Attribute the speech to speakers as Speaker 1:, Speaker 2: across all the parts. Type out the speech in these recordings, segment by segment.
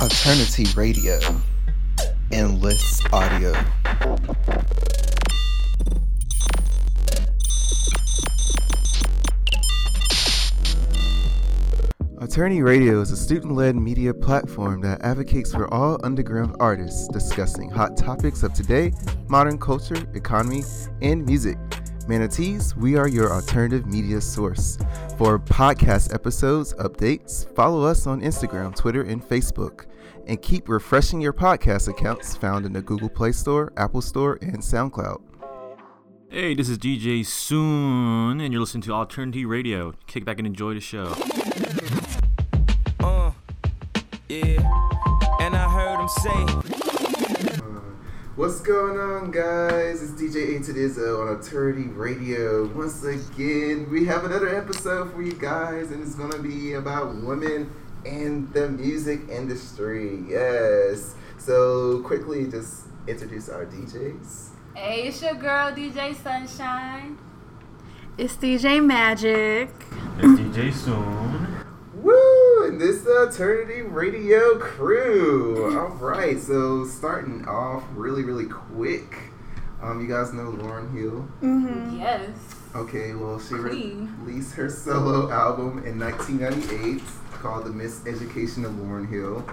Speaker 1: Eternity Radio and Lists Audio. Attorney Radio is a student led media platform that advocates for all underground artists discussing hot topics of today, modern culture, economy, and music. Manatees, we are your alternative media source. For podcast episodes, updates, follow us on Instagram, Twitter, and Facebook. And keep refreshing your podcast accounts found in the Google Play Store, Apple Store, and SoundCloud.
Speaker 2: Hey, this is DJ Soon, and you're listening to Alternative Radio. Kick back and enjoy the show.
Speaker 3: Uh, yeah. And I heard him say,
Speaker 1: What's going on, guys? It's DJ Ancient Izzo on Attorney Radio. Once again, we have another episode for you guys, and it's gonna be about women in the music industry. Yes. So quickly, just introduce our DJs.
Speaker 4: Hey, it's your girl DJ Sunshine.
Speaker 5: It's DJ Magic.
Speaker 2: DJ Soon.
Speaker 1: Woo! And this the Eternity Radio crew. All right, so starting off really, really quick. Um, you guys know Lauren Hill.
Speaker 4: Yes.
Speaker 1: Okay, well, she
Speaker 4: Queen.
Speaker 1: released her solo album in 1998 called The Miseducation of Lauren Hill,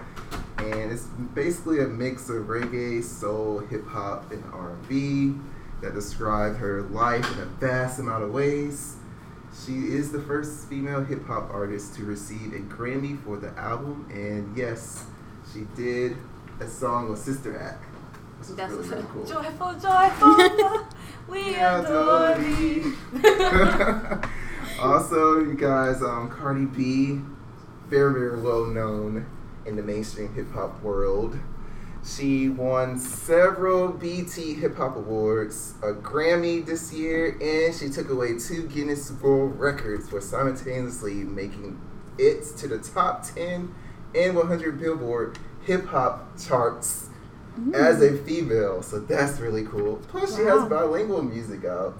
Speaker 1: and it's basically a mix of reggae, soul, hip hop, and R&B that describe her life in a vast amount of ways. She is the first female hip hop artist to receive a Grammy for the album, and yes, she did a song with Sister Act. Which is
Speaker 4: That's
Speaker 1: really, really cool.
Speaker 4: joyful, joyful. we
Speaker 1: Yeah,
Speaker 4: adore
Speaker 1: adore
Speaker 4: thee.
Speaker 1: also, you guys, um, Cardi B, very, very well known in the mainstream hip hop world. She won several BT Hip Hop Awards, a Grammy this year, and she took away two Guinness World Records for simultaneously making it to the top 10 and 100 Billboard hip hop charts as a female. So that's really cool. Plus, she has
Speaker 5: Wow.
Speaker 1: bilingual music out.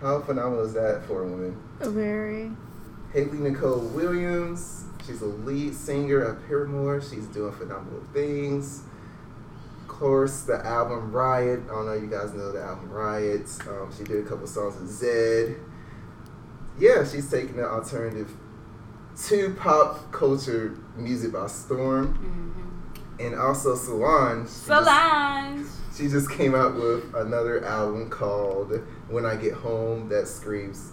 Speaker 1: How phenomenal is that for a woman?
Speaker 5: Very.
Speaker 1: Haley Nicole Williams. She's a lead singer of Paramore. She's doing phenomenal things. Of course, the album Riot. I don't know if you guys know the album Riot. Um, she did a couple songs with Zed. Yeah, she's taking the alternative to pop culture music by storm. And also Solange. She just-
Speaker 4: Mm-hmm. Solange.
Speaker 1: she just came out with another album called When I Get Home that screams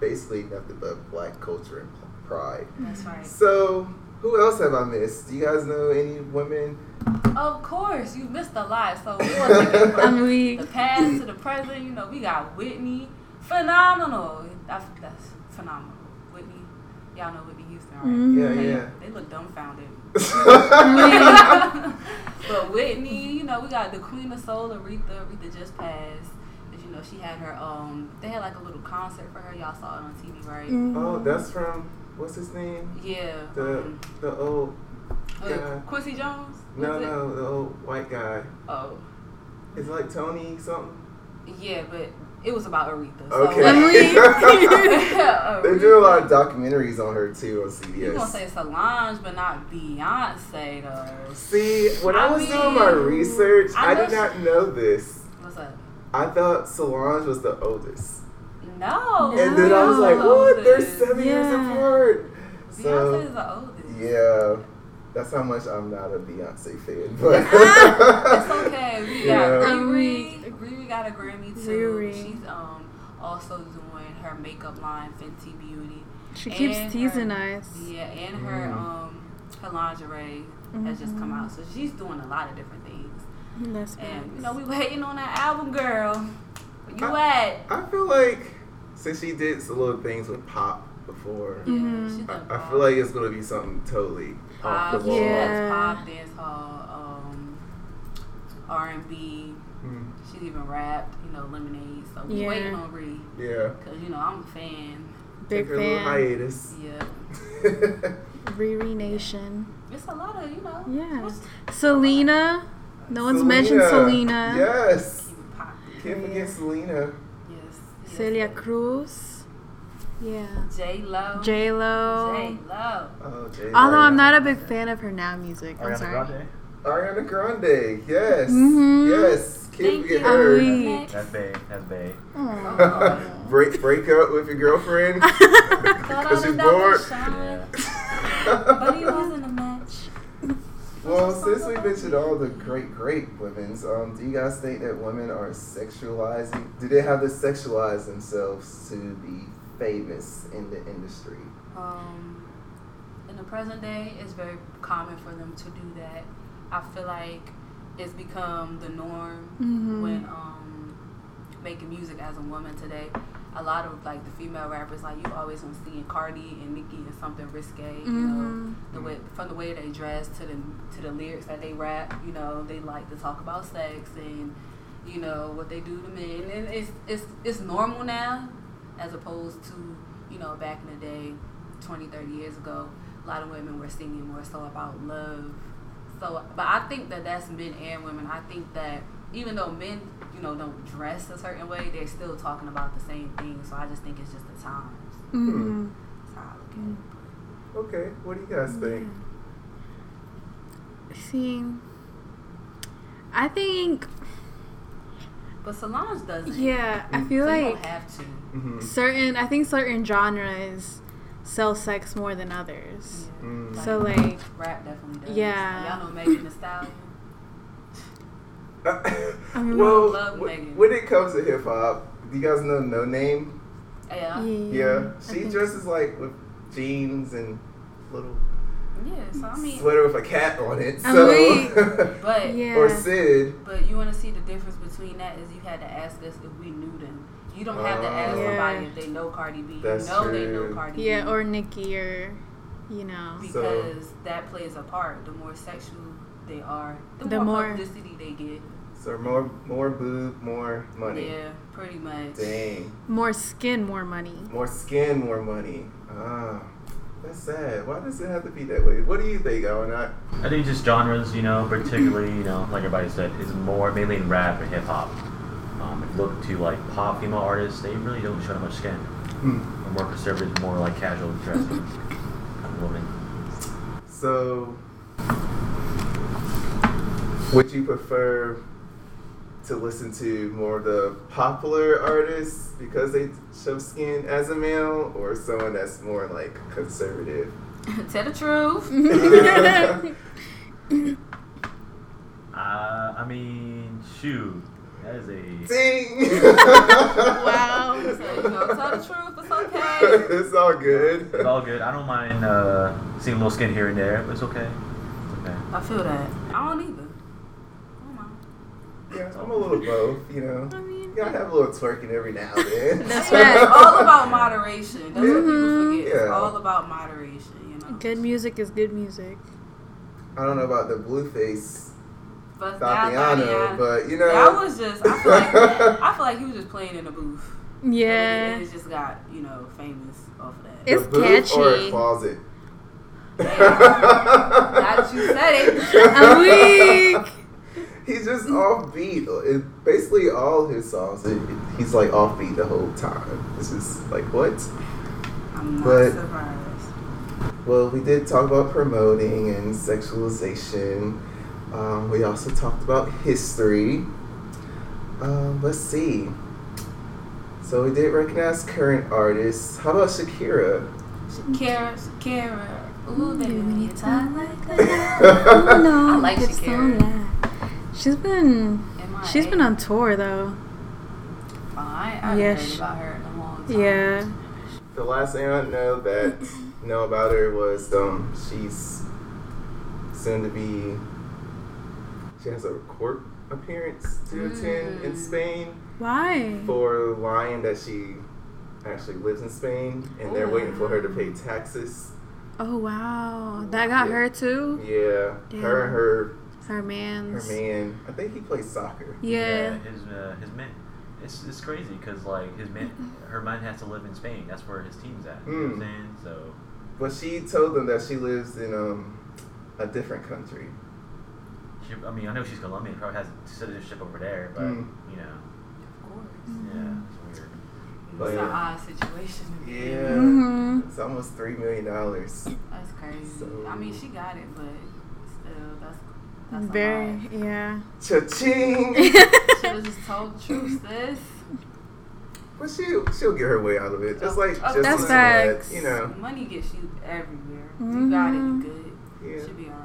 Speaker 1: basically nothing but black culture and pride.
Speaker 4: That's right.
Speaker 1: So, who else have I missed? Do you guys know any women?
Speaker 4: Of course, you missed a lot. So we wanna take it
Speaker 5: I
Speaker 4: from
Speaker 5: mean, we,
Speaker 4: the past to the present. You know, we got Whitney. Phenomenal. That's, that's phenomenal. Whitney. Y'all know Whitney Houston, right?
Speaker 5: Mhm.
Speaker 1: Yeah,
Speaker 4: They,
Speaker 1: yeah.
Speaker 4: they look dumbfounded.
Speaker 1: yeah,
Speaker 4: but Whitney, you know, we got the Queen of Soul, Aretha. Aretha just passed. But you know, she had her um they had like a little concert for her. Y'all saw it on TV, right?
Speaker 5: mm,
Speaker 1: oh, that's from what's his name?
Speaker 4: Yeah.
Speaker 1: The
Speaker 4: um,
Speaker 1: the old
Speaker 4: uh,
Speaker 1: yeah.
Speaker 4: Quincy Jones? was
Speaker 1: no
Speaker 4: it?
Speaker 1: no the old white guy.
Speaker 4: Oh.
Speaker 1: It's like Tony something.
Speaker 4: Yeah, but it was about Aretha. So
Speaker 1: Okay. they do a lot of
Speaker 4: Aretha.
Speaker 1: documentaries on her too on CBS.
Speaker 4: You Oh, gonna say Solange, but not Beyonce though.
Speaker 1: See, when I,
Speaker 4: I
Speaker 1: was doing my
Speaker 4: mean,
Speaker 1: research, I,
Speaker 4: I
Speaker 1: did
Speaker 4: wish-
Speaker 1: not know this.
Speaker 4: What's up?
Speaker 1: I thought Solange was the oldest.
Speaker 4: No.
Speaker 1: And then I was like,
Speaker 4: Beyonce's
Speaker 1: what? They're
Speaker 4: oldest.
Speaker 1: seven years
Speaker 5: Oh. Yeah.
Speaker 1: apart.
Speaker 4: Beyonce's
Speaker 1: So,
Speaker 4: the oldest.
Speaker 1: yeah. That's how much I'm not a Beyonce fan. But
Speaker 4: It's okay. We got
Speaker 1: Yeah.
Speaker 4: Riri. Riri got a Grammy too.
Speaker 5: Riri.
Speaker 4: She's um also doing her makeup line, Fenty Beauty.
Speaker 5: she keeps
Speaker 4: and um,
Speaker 5: teasing
Speaker 4: her-
Speaker 5: us.
Speaker 4: Yeah, and her
Speaker 1: Mm.
Speaker 4: um her lingerie has just come out, so she's doing a lot of different things.
Speaker 5: That's
Speaker 4: And you
Speaker 5: facts.
Speaker 4: know, we waiting on that album, girl. Where you
Speaker 1: I-
Speaker 4: at?
Speaker 1: I feel like since she did some little things with pop before,
Speaker 5: Mhm.
Speaker 4: Yeah, she's
Speaker 1: I,
Speaker 4: done
Speaker 1: I
Speaker 4: pop.
Speaker 1: feel like it's going to be something totally off
Speaker 4: pop,
Speaker 1: the wall.
Speaker 5: Yeah.
Speaker 4: yeah. pop dance hall, um, R and B.
Speaker 1: Hmm,
Speaker 4: She's even rapped, you know, lemonade. So we
Speaker 5: Yeah.
Speaker 4: waiting on Riri.
Speaker 1: yeah.
Speaker 4: Cause you know I'm a fan.
Speaker 5: Big
Speaker 1: Take her little
Speaker 5: fan.
Speaker 1: hiatus.
Speaker 4: Yeah,
Speaker 5: Riri Nation.
Speaker 4: it's a lot of you know.
Speaker 5: Yeah.
Speaker 4: what's-
Speaker 5: Selena. No one's mentioned Selena.
Speaker 1: Yes.
Speaker 4: keep it popping.
Speaker 1: Can't forget Selena.
Speaker 4: Yes. yes.
Speaker 5: Celia Cruz. Yeah.
Speaker 4: J Lo.
Speaker 5: J Lo.
Speaker 4: J Lo.
Speaker 1: Oh, Jay
Speaker 5: Although I'm
Speaker 1: Leno.
Speaker 5: not a big fan of her now music. I'm
Speaker 6: Ariana
Speaker 5: sorry.
Speaker 6: Grande?
Speaker 1: Ariana Grande, yes,
Speaker 4: Mm-hmm.
Speaker 5: Mhm.
Speaker 1: yes, can
Speaker 4: Thank
Speaker 1: we get
Speaker 4: you.
Speaker 1: her?
Speaker 5: Ellie.
Speaker 4: Next.
Speaker 6: That's bae. That's bae.
Speaker 5: Oh.
Speaker 4: Aw.
Speaker 1: break break up with your girlfriend
Speaker 4: Thought I
Speaker 1: because
Speaker 4: was
Speaker 1: you're
Speaker 4: out
Speaker 1: bored.
Speaker 4: for Sean,
Speaker 6: Yeah.
Speaker 4: but he wasn't a match.
Speaker 1: well, since we mentioned all the great great women's, um, do you guys think that women are sexualizing? Do they have to sexualize themselves to be famous in the industry?
Speaker 4: um, in the present day, it's very common for them to do that. I feel like it's become the norm
Speaker 5: Mhm.
Speaker 4: when um, making music as a woman today. A lot of like the female rappers, like you always gonna see in Cardi and Nicki and something risque. You know,
Speaker 5: Mhm.
Speaker 4: the way from the way they dress to the to the lyrics that they rap. You know, they like to talk about sex and you know what they do to men, and it's it's it's normal now as opposed to you know back in the day 20 30 years ago a lot of women were singing more so about love so but i think that that's men and women i think that even though men you know don't dress a certain way they're still talking about the same thing so i just think it's just the times
Speaker 1: Hmm.
Speaker 5: Mhm.
Speaker 4: that's how i look at it
Speaker 1: Okay, what do you guys think?
Speaker 5: See, I think
Speaker 4: but solange doesn't
Speaker 5: yeah, I
Speaker 4: Mm-hmm. so
Speaker 5: feel
Speaker 4: you
Speaker 5: like
Speaker 4: don't have to
Speaker 1: hmm
Speaker 5: certain I think certain genres sell sex more than others.
Speaker 1: Mm.
Speaker 5: So like
Speaker 4: rap definitely does
Speaker 5: Yeah.
Speaker 4: y'all know megan the stallion
Speaker 5: I'm
Speaker 1: well,
Speaker 4: love
Speaker 1: w-
Speaker 4: Megan.
Speaker 1: when it comes to hip hop, do you guys know No Name?
Speaker 4: yeah yeah,
Speaker 1: Yeah,
Speaker 5: I
Speaker 1: she
Speaker 5: think
Speaker 1: dresses like with jeans and little
Speaker 4: so i mean
Speaker 1: sweater with a cat on it.
Speaker 5: I
Speaker 1: So,
Speaker 5: mean-
Speaker 4: but
Speaker 5: Yeah.
Speaker 1: or Sid.
Speaker 4: But you want to see the difference between that is you had to ask us if we knew them. You don't have to ask
Speaker 1: Oh.
Speaker 4: somebody
Speaker 5: Yeah.
Speaker 4: if they know Cardi B.
Speaker 1: That's
Speaker 4: you know they
Speaker 1: true.
Speaker 4: know Cardi
Speaker 5: Yeah,
Speaker 4: B.
Speaker 5: or Nikki or you know.
Speaker 4: because that plays a part. The more sexual they are, the,
Speaker 5: The
Speaker 4: more,
Speaker 5: more-
Speaker 4: publicity they get.
Speaker 1: So more, more boob, more money.
Speaker 4: Yeah, pretty much.
Speaker 1: Dang,
Speaker 5: More skin, more money.
Speaker 1: more skin, more money. Ah, that's sad. Why does it have to be that way? What do you think, Alanac?
Speaker 6: I think just genres, you know, particularly, you know, like everybody said, is more mainly in rap and hip hop. Um, if you look to like pop female artists, they really don't show that much skin.
Speaker 1: Hmm.
Speaker 6: They're more conservative, more like casual dressing kind of woman.
Speaker 1: So, would you prefer to listen to more of the popular artists because they show skin as a male, or someone that's more like conservative?
Speaker 4: Tell the
Speaker 5: Mm.
Speaker 4: truth.
Speaker 6: Uh, I mean, shoot, that is a
Speaker 1: Ding!
Speaker 5: Wow.
Speaker 4: So, you know, tell the truth. It's okay.
Speaker 1: it's all good.
Speaker 6: it's all good. I don't mind uh, seeing a little skin here and there, but it's okay. It's okay.
Speaker 4: I feel that. I don't either. I don't mind.
Speaker 1: Yeah, I'm a little both, you know.
Speaker 5: I mean,
Speaker 1: You gotta have a little twerking every now and then.
Speaker 5: That's
Speaker 4: It's
Speaker 5: right.
Speaker 4: all about moderation. That's what people
Speaker 5: Mhm.
Speaker 4: forget. It's
Speaker 1: Yeah.
Speaker 4: all about moderation. You know.
Speaker 5: good music is good music.
Speaker 1: I don't know about the blueface
Speaker 4: But that,
Speaker 1: Fabiano, but you know.
Speaker 4: That was just. I feel like I feel like he was just playing in the booth.
Speaker 5: Yeah.
Speaker 4: And it just got you know famous off of that.
Speaker 1: the
Speaker 5: It's
Speaker 1: booth Or a
Speaker 5: catchy.
Speaker 1: closet.
Speaker 4: Glad you said it.
Speaker 5: I'm weak.
Speaker 1: He's just offbeat. It, basically, all his songs, it, it- he's like offbeat the whole time. It's just like, what?
Speaker 4: I'm not
Speaker 1: But-
Speaker 4: surprised.
Speaker 1: Well, we did talk about promoting and sexualization. Um, we also talked about history. Um, let's see. So we did recognize current artists. How about Shakira?
Speaker 4: Shakira, Shakira, ooh, baby, when you talk like that.
Speaker 5: Oh no,
Speaker 4: I like
Speaker 5: it's
Speaker 4: Shakira.
Speaker 5: so loud. She's been
Speaker 4: MIA.
Speaker 5: she's been on tour though.
Speaker 4: Oh, I, I haven't
Speaker 5: Yeah,
Speaker 4: heard
Speaker 5: she-
Speaker 4: about her in a long time.
Speaker 5: Yeah.
Speaker 1: The last thing I know that know about her was um she's soon to be she has a court appearance to attend in
Speaker 4: Mm.
Speaker 1: Spain
Speaker 5: Why?
Speaker 1: for lying that she actually lives in Spain and they're waiting for her to pay taxes.
Speaker 5: Oh wow, that got her too.
Speaker 1: Yeah. Her and her
Speaker 5: Her man's.
Speaker 1: her man. I think he plays soccer.
Speaker 5: Yeah.
Speaker 6: his uh, his man, it's, it's crazy because like his man, her man has to live in Spain. That's where his team's at. You know what I'm
Speaker 1: Mm.
Speaker 6: saying? So
Speaker 1: But she told them that she lives in um a different country.
Speaker 6: she, I mean, I know she's Colombian. Probably has citizenship over there, but
Speaker 1: Mm.
Speaker 6: you know,
Speaker 5: Mm-hmm.
Speaker 4: Of
Speaker 6: yeah, it's
Speaker 4: course.
Speaker 6: weird.
Speaker 4: It's
Speaker 1: But
Speaker 4: an odd situation. to be in.
Speaker 1: Oh, yeah,
Speaker 5: hmm
Speaker 1: it's almost three million dollars.
Speaker 4: That's crazy.
Speaker 1: So-
Speaker 4: I mean, she got it, but still, that's that's
Speaker 5: Very,
Speaker 4: Very.
Speaker 5: yeah.
Speaker 1: Cha-ching!
Speaker 4: Should have just told the truth, sis.
Speaker 1: but she she'll get her way out of it. Just like just
Speaker 4: Oh,
Speaker 5: that's
Speaker 1: so that,
Speaker 5: facts.
Speaker 1: you know.
Speaker 4: Money gets you everywhere. You got it, you
Speaker 5: Mhm.
Speaker 4: good.
Speaker 1: Yeah,
Speaker 4: Should be all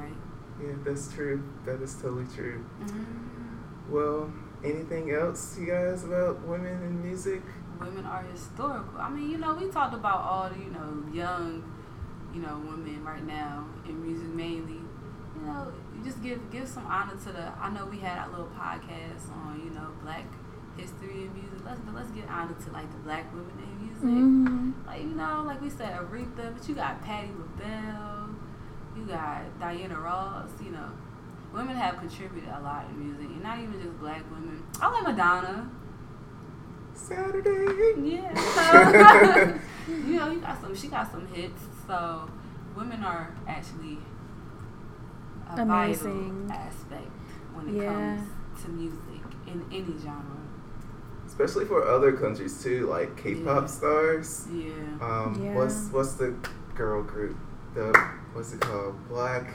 Speaker 1: yeah, that's true. That is totally true.
Speaker 4: Mm-hmm.
Speaker 1: Well, anything else you guys about women in music?
Speaker 4: Women are historical. I mean, you know, we talked about all the, you know, young, you know, women right now in music mainly. You know, you just give give some honor to the. I know we had our little podcast on, you know, black history and music. Let's but let's give honor to like the black women in music.
Speaker 5: hmm
Speaker 4: Like you know, like we said, Aretha, but you got Patti LaBelle, you got Diana Ross. You know, women have contributed a lot in music, and not even just black women. I like Madonna.
Speaker 1: Saturday.
Speaker 4: Yeah. So, you know, you got some. She got some hits. So women are actually a
Speaker 5: Amazing.
Speaker 4: vital aspect when it
Speaker 5: Yeah.
Speaker 4: comes to music in any genre.
Speaker 1: Especially for other countries too, like K-pop
Speaker 4: Yeah.
Speaker 1: stars.
Speaker 4: Yeah.
Speaker 5: Uh,
Speaker 1: Um,
Speaker 5: Yeah.
Speaker 1: what's what's the girl group? The what's it called? Black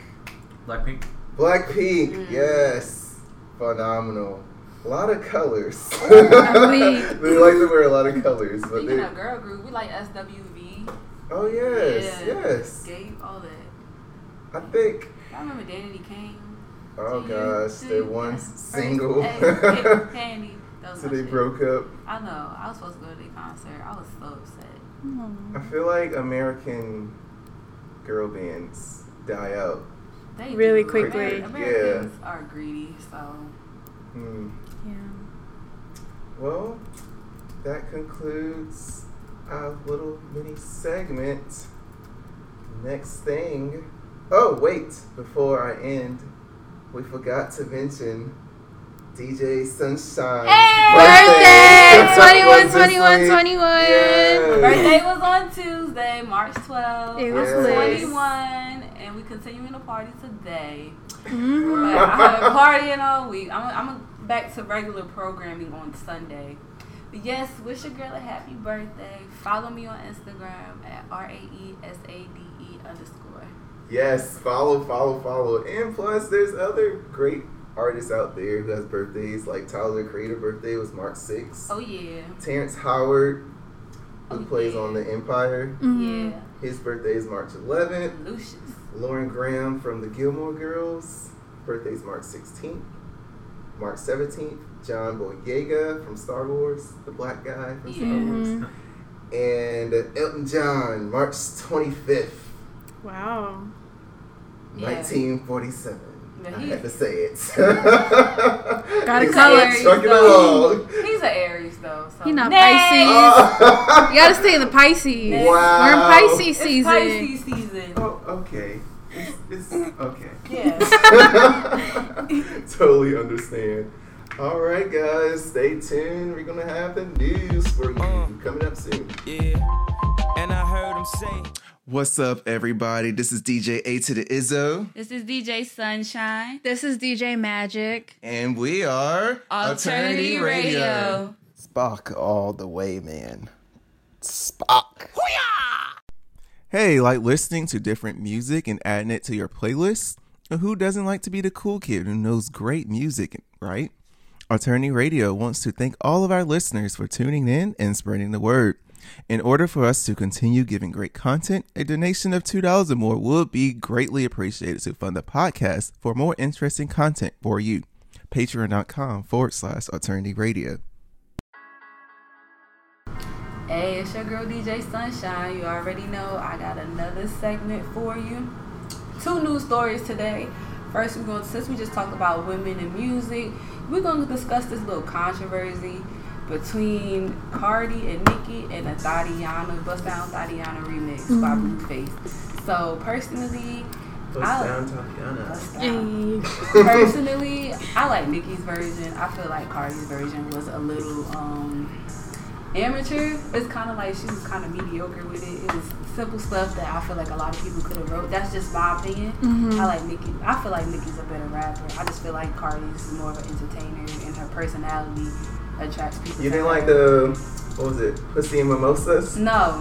Speaker 6: Blackpink.
Speaker 1: Blackpink.
Speaker 4: Mm.
Speaker 1: Yes, phenomenal. A lot of colors.
Speaker 5: Elite.
Speaker 1: they like to wear a lot of colors, but
Speaker 4: Speaking
Speaker 1: they.
Speaker 4: of girl group, we like SWV.
Speaker 1: Oh yes,
Speaker 4: Yeah.
Speaker 1: yes.
Speaker 4: Gabe, all that.
Speaker 1: I think.
Speaker 4: I remember Danny Kane.
Speaker 1: Oh
Speaker 4: Do you
Speaker 1: gosh,
Speaker 4: see
Speaker 1: they're one
Speaker 4: that
Speaker 1: single.
Speaker 4: first egg, Danny, that was
Speaker 1: so
Speaker 4: my
Speaker 1: they
Speaker 4: shit.
Speaker 1: broke up.
Speaker 4: I know. I was supposed to go to their concert. I was so upset.
Speaker 1: I feel like American girl bands die out.
Speaker 4: They
Speaker 5: Really
Speaker 4: do,
Speaker 5: quickly.
Speaker 4: Amer-
Speaker 1: Yeah.
Speaker 4: Americans are greedy, so
Speaker 1: Hmm.
Speaker 5: Yeah.
Speaker 1: Well, that concludes our little mini segment. Next thing. Oh, wait, before I end, we forgot to mention DJ Sunshine's
Speaker 5: Birthday!
Speaker 1: birthday.
Speaker 5: 21, 21, 21.
Speaker 1: Yes.
Speaker 4: birthday was on Tuesday, March 12th.
Speaker 5: It
Speaker 1: was
Speaker 4: I'm
Speaker 1: lit.
Speaker 4: 21, and we continuing the party today. But
Speaker 5: Mhm.
Speaker 4: I've been partying all week. I'm, I'm back to regular programming on Sunday. But yes, wish your girl a happy birthday. Follow me on Instagram at R A E S A D E underscore.
Speaker 1: Yes, follow, follow, follow. And plus, there's other great artists out there who has birthdays. Like Tyler, the Creator birthday was March 6th.
Speaker 4: Oh, yeah.
Speaker 1: Terrence Howard, who
Speaker 4: Oh,
Speaker 1: plays
Speaker 4: yeah.
Speaker 1: on The Empire,
Speaker 5: Mhm.
Speaker 1: his birthday is March 11th.
Speaker 4: Yeah. Lucius.
Speaker 1: Lauren Graham from the Gilmore Girls. Birthday's March 16th. March 17th, John Boyega from Star Wars, the black guy from Star Wars.
Speaker 5: Mhm.
Speaker 1: And Elton John, March 25th,
Speaker 5: Wow.
Speaker 4: Yeah.
Speaker 1: 1947.
Speaker 4: Yeah,
Speaker 1: I
Speaker 4: he-
Speaker 1: had to say it.
Speaker 5: Gotta
Speaker 1: He's
Speaker 5: color.
Speaker 1: Trucking along.
Speaker 4: He's an Aries, though. So.
Speaker 5: He not
Speaker 4: Next.
Speaker 5: Pisces.
Speaker 1: Oh.
Speaker 5: You gotta stay in the Pisces.
Speaker 4: Wow.
Speaker 5: We're in Pisces
Speaker 4: It's
Speaker 5: season.
Speaker 4: Pisces season.
Speaker 1: Oh, okay. It's, it's okay.
Speaker 4: Yeah.
Speaker 1: totally understand. All right, guys, stay tuned. We're gonna have the news for you coming up soon.
Speaker 3: Yeah. And I heard him say.
Speaker 1: What's up, everybody? This is DJ A to the Izzo,
Speaker 4: this is DJ Sunshine.
Speaker 5: This is DJ Magic.
Speaker 1: and we are
Speaker 4: Alternative Radio.
Speaker 1: Spock all the way, man. Spock. Hey, like listening to different music and adding it to your playlist? Who doesn't like to be the cool kid who knows great music, right? Attorney Radio wants to thank all of our listeners for tuning in and spreading the word. In order for us to continue giving great content, a donation of $2 or more would be greatly appreciated to fund the podcast for more interesting content for you. Patreon.com forward slash Attorney Radio.
Speaker 4: Hey, it's your girl DJ Sunshine. You already know I got another segment for you. Two news stories today. First, we're going to, since we just talked about women and music, we're going to discuss this little controversy between Cardi and Nicki and a Thadiana, Bust Down Thadiana remix by Blueface. So, personally, I- Bust Down.
Speaker 5: Mm-hmm.
Speaker 4: personally, I like Nicki's version. I feel like Cardi's version was a little um, amateur. It's kind of like she was kind of mediocre with it. It was simple stuff that I feel like a lot of people could have wrote. That's just my opinion. I like Nicki. I feel like Nicki's a better rapper. I just feel like Cardi's more of an entertainer, and her personality attracts people.
Speaker 1: You
Speaker 4: to
Speaker 1: didn't
Speaker 4: her.
Speaker 1: like the what was it? Pussy and mimosas.
Speaker 4: No,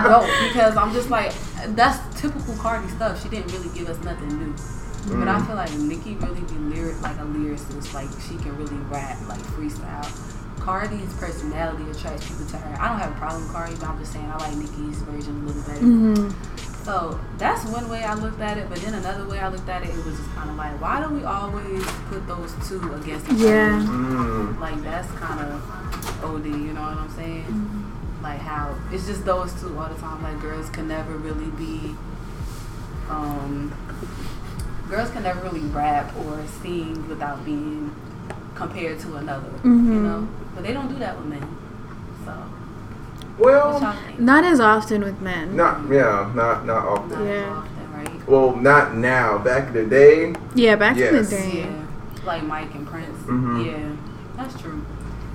Speaker 1: I
Speaker 4: don't because I'm just like that's typical Cardi stuff. She didn't really give us nothing new. But I feel like Nicki really be lyric like a lyricist. Like she can really rap, like freestyle. Cardi's personality attracts people to her. I don't have a problem with Cardi, but I'm just saying I like Nicki's version a little better.
Speaker 5: hmm
Speaker 4: So that's one way I looked at it, but then another way I looked at it, it was just kind of like, why do we always put those two against each
Speaker 5: Yeah.
Speaker 4: other?
Speaker 1: Mm.
Speaker 4: Like that's kind of OD, you know what I'm saying? Like how it's just those two all the time. Like girls can never really be, um, girls can never really rap or sing without being compared to another, you
Speaker 5: Mhm.
Speaker 4: know. But they don't do that with men. So what
Speaker 1: Well,
Speaker 4: y'all think?
Speaker 5: Not as often with men.
Speaker 1: not yeah, not not often.
Speaker 4: Not as
Speaker 5: Yeah.
Speaker 4: often, right?
Speaker 1: Well, not now. Back in the day,
Speaker 5: Yeah, back in
Speaker 1: Yes.
Speaker 5: the day.
Speaker 4: Yeah, like Mike and Prince.
Speaker 1: Mhm.
Speaker 4: Yeah, that's true.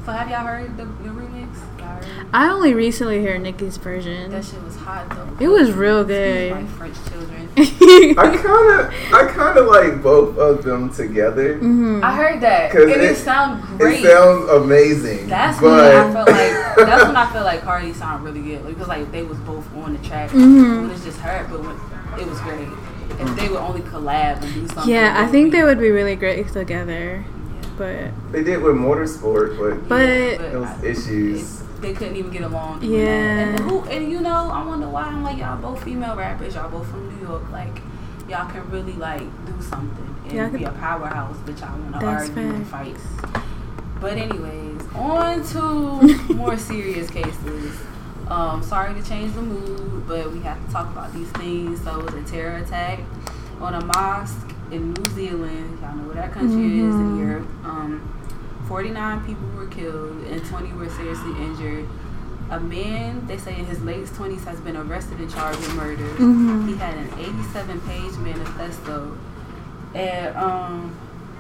Speaker 4: So have y'all heard the, the remix? Y'all heard it?
Speaker 5: I only recently heard Nicki's version.
Speaker 4: That shit was hot though.
Speaker 5: It was real
Speaker 4: Speaking
Speaker 5: good.
Speaker 4: Like French children.
Speaker 1: I kind of I kind of like both of them together.
Speaker 5: hmm
Speaker 4: I heard that.
Speaker 1: 'Cause
Speaker 4: And it,
Speaker 1: it-
Speaker 4: sound great.
Speaker 1: It sounds amazing.
Speaker 4: that's when
Speaker 1: but
Speaker 4: I felt like that's when I felt like Cardi sound really good because like they was both on the track.
Speaker 5: Mhm.
Speaker 4: When it's just her, but when, it was great. If they would only collab and do something.
Speaker 5: Yeah,
Speaker 4: it
Speaker 5: I
Speaker 4: would
Speaker 5: think
Speaker 4: be-
Speaker 5: they would be really great
Speaker 4: Yeah.
Speaker 5: together. But
Speaker 1: they did with Motorsport, but
Speaker 5: But-
Speaker 4: Yeah,
Speaker 1: those
Speaker 4: I-
Speaker 1: issues.
Speaker 4: They couldn't even get along. doing
Speaker 5: Yeah.
Speaker 4: that. And who? And you know, I wonder why. I'm like, y'all both female rappers. Y'all both from New York. Like, y'all can really like do something and
Speaker 5: Y'all
Speaker 4: be
Speaker 5: could-
Speaker 4: a powerhouse, but y'all want to
Speaker 5: That's
Speaker 4: argue and fight. But anyways, on to more serious cases. Um, sorry to change the mood, but we have to talk about these things. So it was a terror attack on a mosque in New Zealand. Y'all know where that country is in
Speaker 5: Mhm.
Speaker 4: Europe. Um, 49 people were killed and 20 were seriously injured. A man, they say in his late 20s, has been arrested and charged with murder.
Speaker 5: Mhm.
Speaker 4: He had an 87 page manifesto. And um,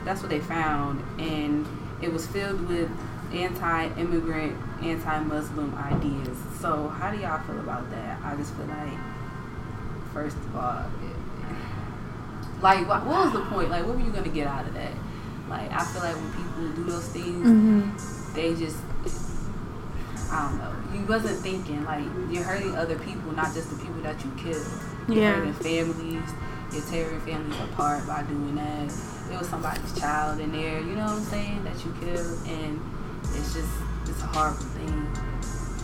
Speaker 4: that's what they found. And it was filled with anti immigrant, anti Muslim ideas. So, how do y'all feel about that? I just feel like, first of all, it- like, what, what was the point? Like, what were you going to get out of that? Like, I feel like when people do those things,
Speaker 5: hmm
Speaker 4: they just I don't know. You wasn't thinking like you're hurting other people, not just the people that you killed. You're
Speaker 5: Yeah.
Speaker 4: hurting families. You're tearing families apart by doing that. It was somebody's child in there. You know what I'm saying? That you killed, and it's just it's a horrible thing.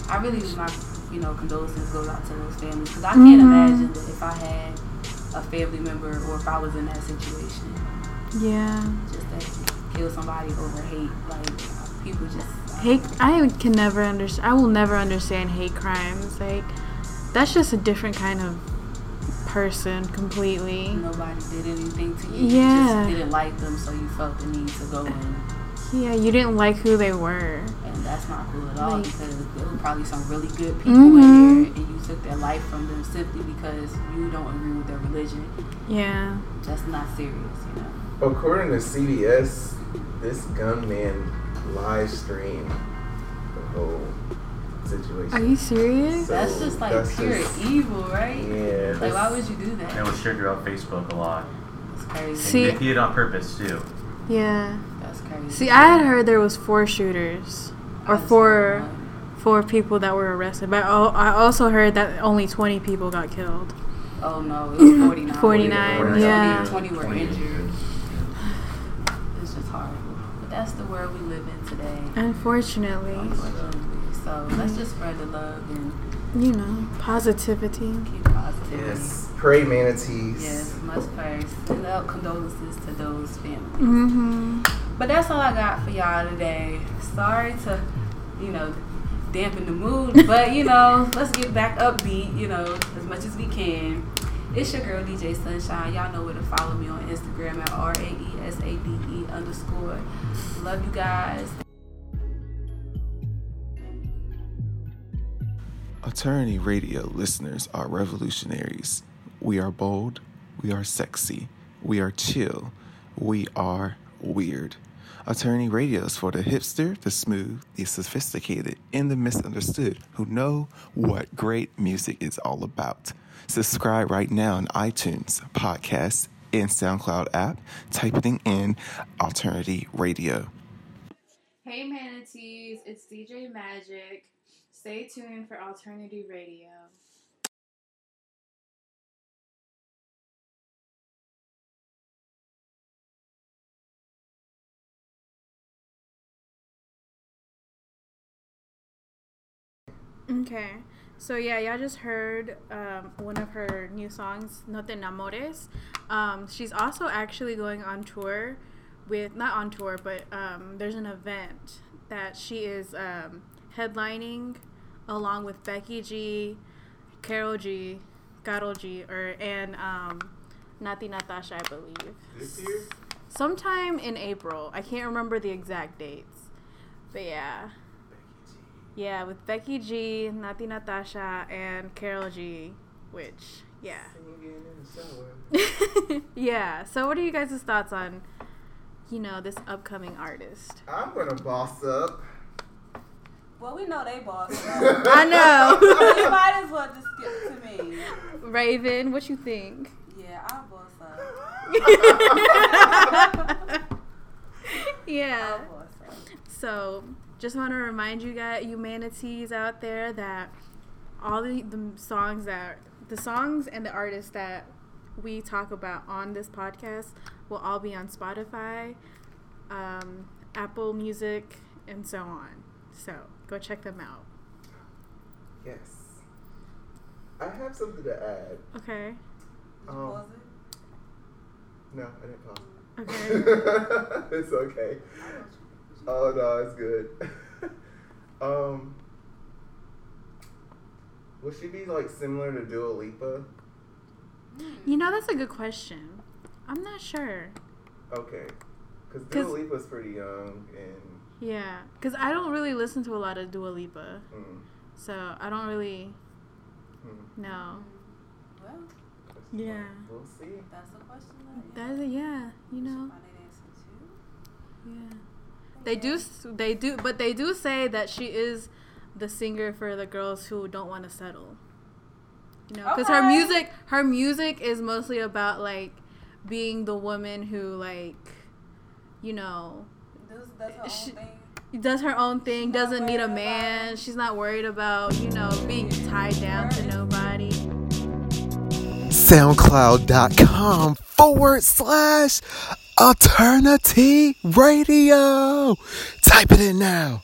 Speaker 4: I really my you know condolences goes out to those families because I can't
Speaker 5: Mhm.
Speaker 4: imagine that if I had a family member or if I was in that situation
Speaker 5: Yeah.
Speaker 4: just that kill somebody over hate. Like people just uh,
Speaker 5: Hate. I can never understand. I will never understand hate crimes. Like, that's just a different kind of person completely.
Speaker 4: Nobody did anything to you. You
Speaker 5: Yeah.
Speaker 4: just didn't like them, so you felt the need to go in,
Speaker 5: Yeah, you didn't like who they were.
Speaker 4: and that's not cool at all
Speaker 5: Like-
Speaker 4: because there were probably some really good people in
Speaker 5: Mhm.
Speaker 4: there, and you took their life from them simply because you don't agree with their religion.
Speaker 5: Yeah.
Speaker 4: That's not serious, you know.
Speaker 1: according to CBS, this gunman live streamed the whole situation.
Speaker 5: Are you serious?
Speaker 4: that's
Speaker 1: So,
Speaker 4: just like
Speaker 1: that's
Speaker 4: pure
Speaker 1: just-
Speaker 4: evil, right?
Speaker 1: Yeah.
Speaker 4: Like, why
Speaker 1: that's-
Speaker 4: would you do that?
Speaker 6: That was shared throughout Facebook a lot.
Speaker 4: It's crazy.
Speaker 5: See-
Speaker 6: they did it on purpose too.
Speaker 5: Yeah.
Speaker 4: that's crazy.
Speaker 5: See, I had heard there was four shooters, or four four people that were arrested. But oh, I also heard that only 20 people got killed.
Speaker 4: Oh no, it was 49.
Speaker 5: 49, yeah.
Speaker 4: 20, 20 were
Speaker 6: 20
Speaker 4: injured. It's just horrible. But that's the world we live in today.
Speaker 5: Unfortunately,
Speaker 4: unfortunately. So let's just spread the love and
Speaker 5: you know, positivity.
Speaker 4: keep positive.
Speaker 1: Yes. Pray manatees.
Speaker 4: Yes, much prayers. And our condolences to those families.
Speaker 5: Mm-hmm.
Speaker 4: But that's all I got for y'all today. Sorry to, you know, dampen the mood, but you know, let's get back upbeat, you know, as much as we can. It's your girl DJ Sunshine. Y'all know where to follow me on Instagram at R A E S A D E underscore. Love you guys.
Speaker 7: Attorney Radio listeners are revolutionaries. We are bold. We are sexy. We are chill. We are weird. Attorney Radio is for the hipster, the smooth, the sophisticated, and the misunderstood who know what great music is all about. Subscribe right now on iTunes, podcasts, and SoundCloud app, typing in Alternative Radio.
Speaker 8: Hey Manatees, it's DJ Magic. Stay tuned for Alternative Radio.
Speaker 5: Okay. So yeah, y'all just heard um, one of her new songs, No Te Enamores. Um, she's also actually going on tour with not on tour, but um, there's an event that she is um, headlining along with Becky G, Carol G, Carol G, or and um, Nati Natasha, I believe.
Speaker 1: This year?
Speaker 5: Sometime in April. I can't remember the exact dates, but yeah.
Speaker 1: Becky G.
Speaker 5: Yeah, with Becky G, Nati Natasha, and Carol G, which, yeah.
Speaker 1: Singing in the shower.
Speaker 5: yeah, so what are you guys' thoughts on, you know, this upcoming artist?
Speaker 1: I'm gonna boss up.
Speaker 4: Well, we know they boss. so
Speaker 5: I know!
Speaker 4: they might as well just give it to me.
Speaker 5: Raven, what you think?
Speaker 4: Yeah, I boss up. I
Speaker 5: yeah.
Speaker 4: boss up.
Speaker 5: So, just want to remind you guys, you manatees out there, that all the, the songs that the songs and the artists that we talk about on this podcast will all be on Spotify, um, Apple Music, and so on. So go check them out.
Speaker 1: Yes. I have something to add.
Speaker 5: Okay.
Speaker 4: Did you
Speaker 1: Um,
Speaker 4: pause it?
Speaker 1: No, I didn't pause.
Speaker 5: Okay.
Speaker 1: it's okay. Oh no, it's good. um, would she be like similar to Dua Lipa?
Speaker 5: you know that's a good question. I'm not sure.
Speaker 1: Okay, because Dua
Speaker 5: 'Cause-
Speaker 1: Lipa's pretty young and
Speaker 5: Yeah, because I don't really listen to a lot of Dua Lipa,
Speaker 1: mm,
Speaker 5: so I don't really
Speaker 1: mm,
Speaker 5: know.
Speaker 4: Well,
Speaker 1: that's-
Speaker 5: Yeah.
Speaker 1: we'll see.
Speaker 4: that's the question. then.
Speaker 5: That is a, yeah, you
Speaker 4: Should
Speaker 5: know,
Speaker 4: find an answer too.
Speaker 5: yeah. They do, s- they do, but they do say that she is the singer for the girls who don't want to settle. You know, because her
Speaker 4: Okay.
Speaker 5: music, her music is mostly about like being the woman who like, you know,
Speaker 4: This, that's her own
Speaker 5: She-
Speaker 4: thing.
Speaker 5: does her own thing,
Speaker 4: not
Speaker 5: doesn't need a
Speaker 4: worried about
Speaker 5: man.
Speaker 4: it.
Speaker 5: She's not worried about, you know, being tied down to nobody.
Speaker 7: soundcloud.com forward slash alternative radio. Type it in now.